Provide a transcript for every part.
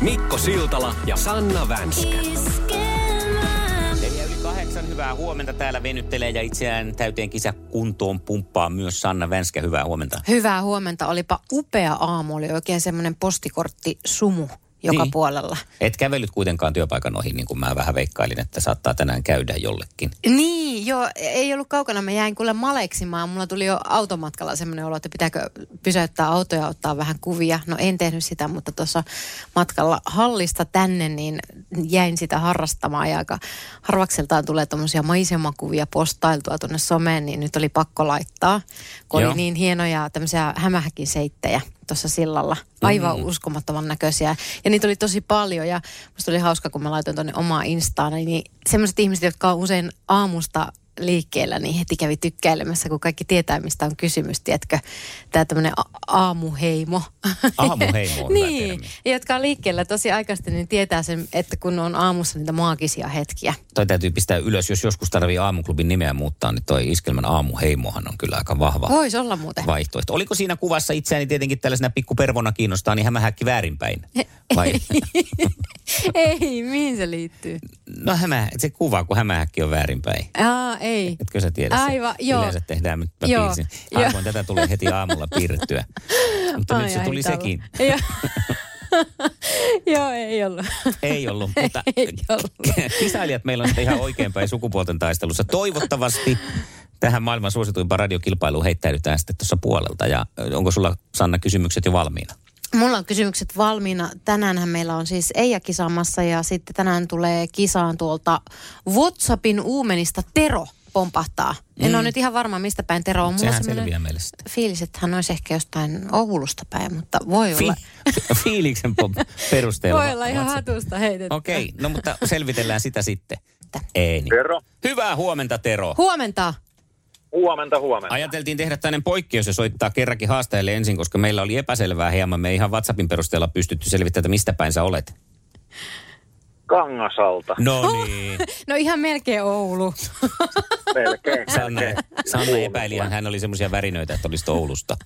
Mikko Siltala ja Sanna Vänskä. Neljä yli kahdeksan, hyvää huomenta. Täällä venyttelee ja itseään täyteen kisa kuntoon pumppaa myös Sanna Vänskä. Hyvää huomenta. Hyvää huomenta. Olipa upea aamu. Oli oikein semmoinen postikortti sumu joka Niin. niin. puolella. Et kävellyt kuitenkaan työpaikan ohi, niin kuin mä vähän veikkailin, että saattaa tänään käydä jollekin. Niin, joo, ei ollut kaukana. Mä jäin kuule maleksimaan. Mulla tuli jo automatkalla semmoinen olo, että pitääkö pysäyttää autoja ja ottaa vähän kuvia. No en tehnyt sitä, mutta tuossa matkalla hallista tänne, niin jäin sitä harrastamaan. Ja aika harvakseltaan tulee tuommoisia maisemakuvia postailtua tuonne someen, niin nyt oli pakko laittaa. Kun Joo. oli niin hienoja tämmöisiä hämähäkin seittejä tuossa sillalla. Aivan mm. uskomattoman näköisiä. Ja niitä oli tosi paljon ja musta oli hauska, kun mä laitoin tuonne omaa Instaan, niin semmoiset ihmiset, jotka on usein aamusta liikkeellä, niin heti kävi tykkäälemässä, kun kaikki tietää, mistä on kysymys, tiedätkö? Tämä tämmöinen aamuheimo. Aamuheimo on hyvä niin, termi. jotka on liikkeellä tosi aikaisesti, niin tietää sen, että kun on aamussa niitä maagisia hetkiä. Toi täytyy pistää ylös. Jos joskus tarvii aamuklubin nimeä muuttaa, niin toi Iskelmän aamuheimohan on kyllä aika vahva Voisi olla muuten. vaihtoehto. Oliko siinä kuvassa itseäni tietenkin tällaisena pikkupervona kiinnostaa, niin hämähäkki väärinpäin? Vai? ei, mihin se liittyy? No hämä, se kuva, kun hämähäkki on väärinpäin. Aa, ei. Etkö sä tiedä? se? Aivan, joo. Yleensä tehdään nyt mä Joo, piirsin. joo. Arvoin, tätä tulee heti aamulla piirrettyä. Mutta nyt se Ai, tuli ai, talo. sekin. Joo. Joo, ei ollut. Ei ollut, mutta Ei ollut. kisailijat meillä on sitten ihan oikeinpäin sukupuolten taistelussa. Toivottavasti tähän maailman suosituimpaan radiokilpailuun heittäydytään sitten tuossa puolelta. Ja ö, onko sulla, Sanna, kysymykset jo valmiina? No, Mulla on kysymykset valmiina. Tänäänhän meillä on siis Eija kisaamassa ja sitten tänään tulee kisaan tuolta WhatsAppin uumenista Tero pompahtaa. En ole nyt ihan varma, mistä päin Tero on. Mulla Mm. Sehän semmoinen selviää meille sitten. Fiilis, että hän olisi ehkä jostain Oulusta päin, mutta voi olla, Fi- fiiliksen pom- perusteella. voi olla ihan hatusta heitetty. Okei, okay, no mutta selvitellään sitä sitten. Että- Ei niin. Tero. Hyvää huomenta, Tero. Huomenta. Huomenta, huomenta. Ajateltiin tehdä tämmöinen poikkeus ja soittaa kerrankin haastajalle ensin, koska meillä oli epäselvää hieman. Me ei ihan WhatsAppin perusteella pystytty selvittämään, että mistä päin sä olet. Kangasalta. No niin. No ihan melkein Oulu. Melkein. Sanna, melkein. Sanna epäili, ja hän oli semmoisia värinöitä, että olisi Oulusta.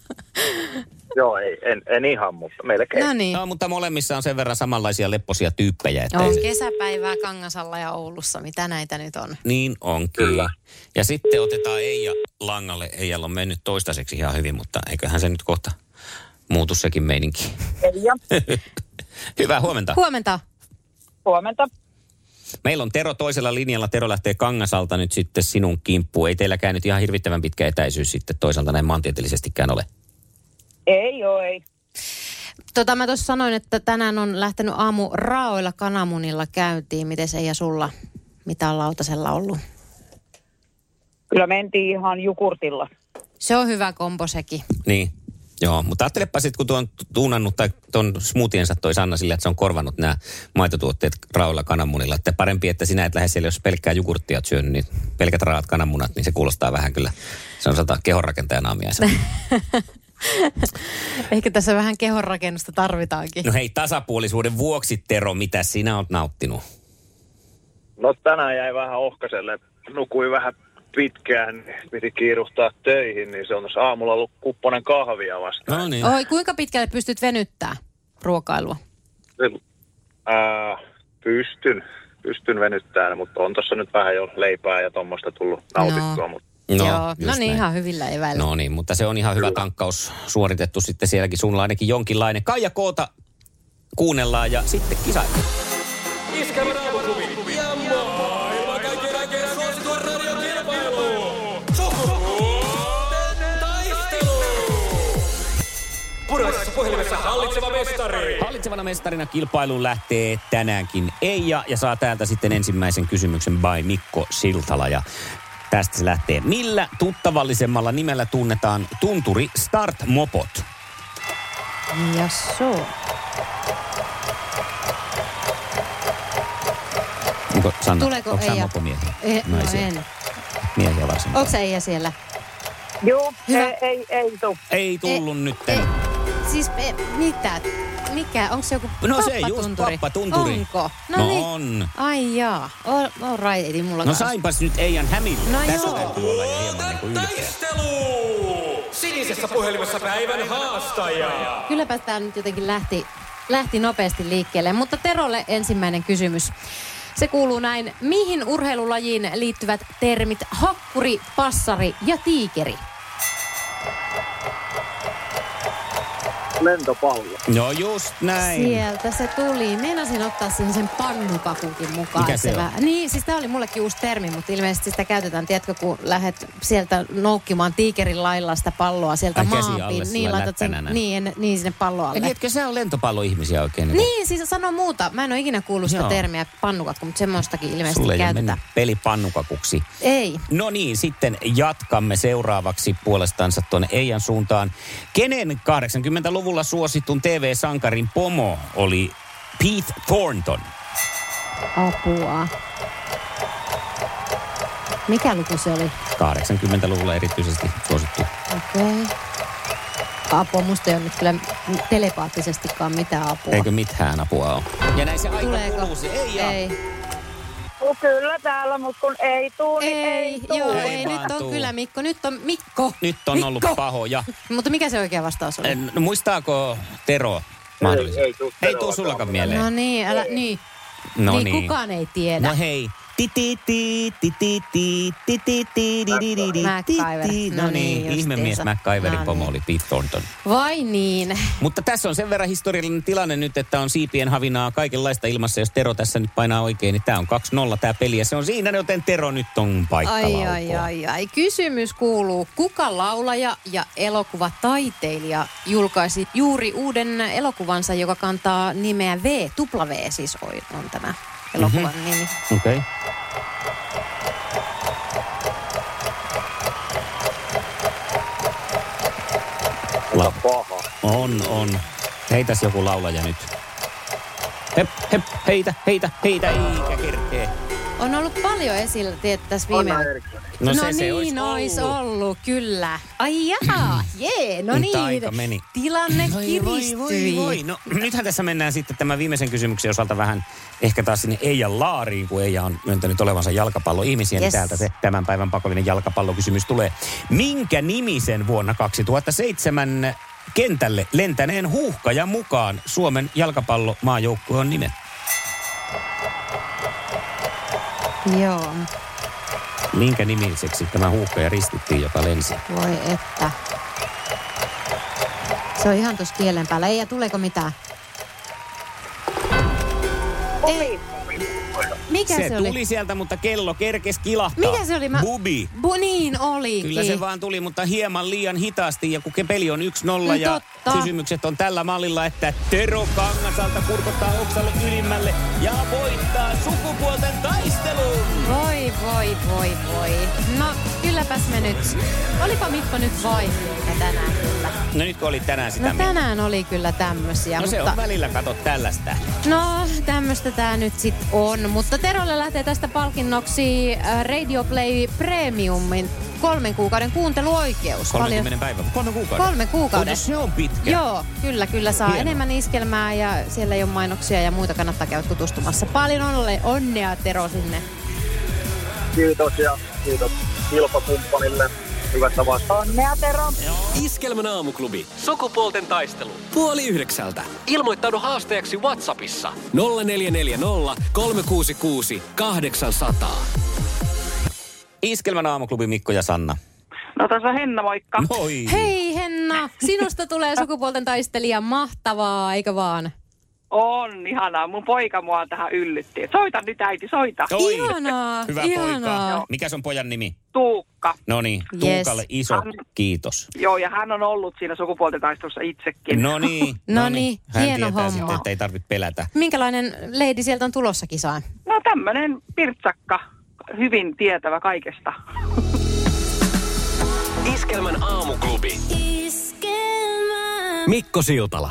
Joo, ei, en, en ihan, mutta melkein. No niin. No, mutta molemmissa on sen verran samanlaisia lepposia tyyppejä. Että On ei- kesäpäivää Kangasalla ja Oulussa. Mitä näitä nyt on? Niin onkin. Kyllä. Ja sitten otetaan Eija langalle. Eijalla on mennyt toistaiseksi ihan hyvin, mutta eiköhän se nyt kohta muutu sekin meininki. Eija. Hyvää huomenta. Huomenta. Huomenta. Meillä on Tero toisella linjalla. Tero lähtee Kangasalta nyt sitten sinun kimppuun. Ei teilläkään nyt ihan hirvittävän pitkä etäisyys sitten toisaalta näin maantieteellisestikään ole. Ei oo, ei. Tota, mä tuossa sanoin, että tänään on lähtenyt aamu raoilla kananmunilla käyntiin. Miten se ja sulla? Mitä on lautasella ollut? Kyllä mentiin ihan jukurtilla. Se on hyvä kombo sekin. Niin. Joo, mutta ajattelepa sitten, kun tuon tuunannut tai tuon smoothiensa toi Sanna sillä, että se on korvannut nämä maitotuotteet raoilla kananmunilla. Että parempi, että sinä et lähde siellä, jos pelkkää jogurttia oot syönyt, niin pelkät raat kananmunat, niin se kuulostaa vähän kyllä. Se on sata kehonrakentajan aamiaisen. Ehkä tässä vähän kehonrakennusta tarvitaankin. No hei, tasapuolisuuden vuoksi Tero, mitä sinä oot nauttinut? No tänään jäi vähän ohkaselle. Nukuin vähän pitkään, piti kiiruhtaa töihin, niin se on tuossa aamulla ollut kupponen kahvia vasta. No niin. Oi, kuinka pitkälle pystyt venyttää ruokailua? Ää, pystyn, pystyn venyttämään, mutta on tuossa nyt vähän jo leipää ja tuommoista tullut nautittua. No. No. Mutta Joo, no just niin, ihan hyvillä eväillä. No niin, mutta se on ihan hyvä tankkaus suoritettu sitten sielläkin. Sulla ainakin jonkinlainen. Kaija Koota kuunnellaan ja sitten kisa. Hallitsevana mestarina kilpailuun lähtee tänäänkin Eija ja saa täältä sitten ensimmäisen kysymyksen by Mikko Siltala. Ja tästä se lähtee. Millä tuttavallisemmalla nimellä tunnetaan tunturi Start Mopot? Ja so. Onko Sanna, Tuleeko onko Sanna Eija? mokomiehiä? Eh, no Naisia? en. Miehiä varsinkaan. Onko Eija siellä? Juu, Hyvä. ei, ei, ei tuu. Ei tullut Eh, nyt. eh, Siis eh, mitä? Mikä? Onko se joku No se just pappatunturi? pappatunturi. Onko? No niin. on. Ai jaa. All, all right, ei mulla No kans. sainpas nyt Eijan hämille. No Tässä joo. täytyy olla jo hieman niin kuin ylpeä. Sinisessä puhelimessa päivän haastaja. Kylläpä tämä nyt jotenkin lähti, lähti nopeasti liikkeelle. Mutta Terolle ensimmäinen kysymys. Se kuuluu näin. Mihin urheilulajiin liittyvät termit hakkuri, passari ja tiikeri? Lentopallo. No just näin. Sieltä se tuli. Meinasin ottaa siihen sen pannupakunkin mukaan. Mikä se on? vähän- Niin, siis tämä oli mullekin uusi termi, mutta ilmeisesti sitä käytetään, tiedätkö, kun lähdet sieltä noukkimaan tiikerin lailla sitä palloa sieltä Ai, käsi maanpiin. alle sillä niin, laitat sen, lättänänä. niin, en- niin, sinne Ei, palloalle. tiedätkö, sä on lentopalloihmisiä oikein. Niin. Niin, siis sano muuta. Mä en ole ikinä kuullut sitä Joo. termiä pannukakku, mutta semmoistakin ilmeisesti Sulle ei ole mennyt käytetään. peli pannukakuksi. Ei. No niin, sitten jatkamme seuraavaksi puolestansa tuonne Eijan suuntaan. Kenen 80-luvulla suositun TV-sankarin pomo oli Pete Thornton? Apua. Mikä luku se oli? 80-luvulla erityisesti suosittu. Okei. Okay. Apua, musta ei ole nyt kyllä telepaattisestikaan mitään apua. Eikö mitään apua ole? Ja näin se aika Tuleeko? kuluu. Se ei, ei. ei. No kyllä täällä, mutta kun ei tuu, niin ei, ei, tuu. joo, Ei ei, ei vaan nyt on tuu. kyllä Mikko, nyt on Mikko. Nyt on Mikko. ollut pahoja. Mutta mikä se oikea vastaus oli? En- No, muistaako Tero mahdollisesti? Ei- ei tuu ei tuu Terollakaan sullakaan mieleen. No niin, älä, niin. No niin, niin. kukaan ei tiedä. No hei. Ti, ti, ti, ti, ti, ti, ti, ti, ti, di, di, di, di, ti, MacGyver. ti. No No niin, niin, ihmemies justiinsa. MacGyverin No pomo niin. oli Pete Thornton. Vai niin. Mutta tässä on sen verran historiallinen tilanne nyt, että on siipien havinaa kaikenlaista ilmassa. Jos Tero tässä nyt painaa oikein, niin tämä on 2-0 tämä peli ja se on siinä, joten Tero nyt on paikka Ai, ai, laukoa. ai, ai. Kysymys kuuluu, kuka laulaja ja elokuvataiteilija julkaisi juuri uuden elokuvansa, joka kantaa nimeä V, tupla V siis oi- on tämä elokuvan mm-hmm. Mhm. nimi. Okei. Okay. La- Paha. on, on. Heitäs joku laulaja nyt. Hep, hep, heitä, heitä, heitä, eikä kerkee. On ollut paljon esillä tiedät, tässä viime Anna Eriksson. No, se, niin, se olisi ois ollut. ollut, kyllä. Ai jaha, jee, no Nyt niin. aika meni. Tilanne Voi, kiristyi. voi, voi, voi. No, nythän tässä mennään sitten tämän viimeisen kysymyksen osalta vähän ehkä taas sinne Eijan laariin, kun Eija on myöntänyt olevansa jalkapalloihmisiä, yes. Yes. niin täältä se tämän päivän pakollinen jalkapallokysymys tulee. Minkä nimisen vuonna 2007 kentälle lentäneen huuhkajan mukaan Suomen jalkapallomaajoukkue on nimetty? Joo, Minkä nimiseksi tämä huuhkaja ristittiin, joka lensi? voi että. Se on ihan tuossa kielen päällä. Ei, ja tuleeko mitään? Ei. Mikä se, se oli? tuli sieltä, mutta kello kerkes kilahtaa. Mikä se oli? Mä- Bubi. Bu, niin olikin. Kyllä se vaan tuli, mutta hieman liian hitaasti. Ja kun ke- peli on 1-0 No ja totta. kysymykset on tällä mallilla, että Tero Kangasalta kurkottaa oksalle ylimmälle ja voittaa sukupuolten taistelun. Voi, voi, voi, voi. No, kylläpäs me nyt. Olipa Mikko nyt vaikeita tänään kyllä. No nyt kun oli tänään sitä No mieltä. tänään oli kyllä tämmösiä, No se mutta... on välillä, kato tällaista. No, tämmöistä tää nyt sit on. Mutta Terolle lähtee tästä palkinnoksi äh, Radio Play Premiumin kolmen kuukauden kuunteluoikeus. 30 päivän. Kolme kuukauden. Kolme kuukauden. No se on pitkä. Joo, kyllä, kyllä saa Hienoa. Hieno. enemmän iskelmää ja siellä ei ole mainoksia ja muita kannattaa käydä tutustumassa. Paljon onne, onnea Tero sinne. Kiitos ja kiitos kilpakumppanille hyvästä vastaan. Onnea Tero. Iskelmän aamuklubi. Sukupuolten taistelu. Puoli yhdeksältä. Ilmoittaudu haastajaksi Whatsappissa. 0440 366 800. Iskelmän aamuklubi Mikko ja Sanna. No tässä Henna, moikka. Moi. Hei Henna, sinusta tulee sukupuolten taistelija. Mahtavaa, eikö vaan? On, ihanaa. Mun poika mua tähän yllytti. Soita nyt äiti, soita. Oi. Ihanaa, Hyvä ihanaa. poika. Mikä on pojan nimi? Tuukka. No niin, Yes. Tuukalle iso kiitos. Joo, ja hän on ollut siinä sukupuolten taistelussa itsekin. No niin, No no niin, niin. Hän hieno tietää homma. sitten, että ei tarvitse pelätä. Minkälainen leidi sieltä on tulossa kisaan? No tämmönen pirtsakka, hyvin tietävä kaikesta. Iskelmän aamuklubi. Mikko Siltala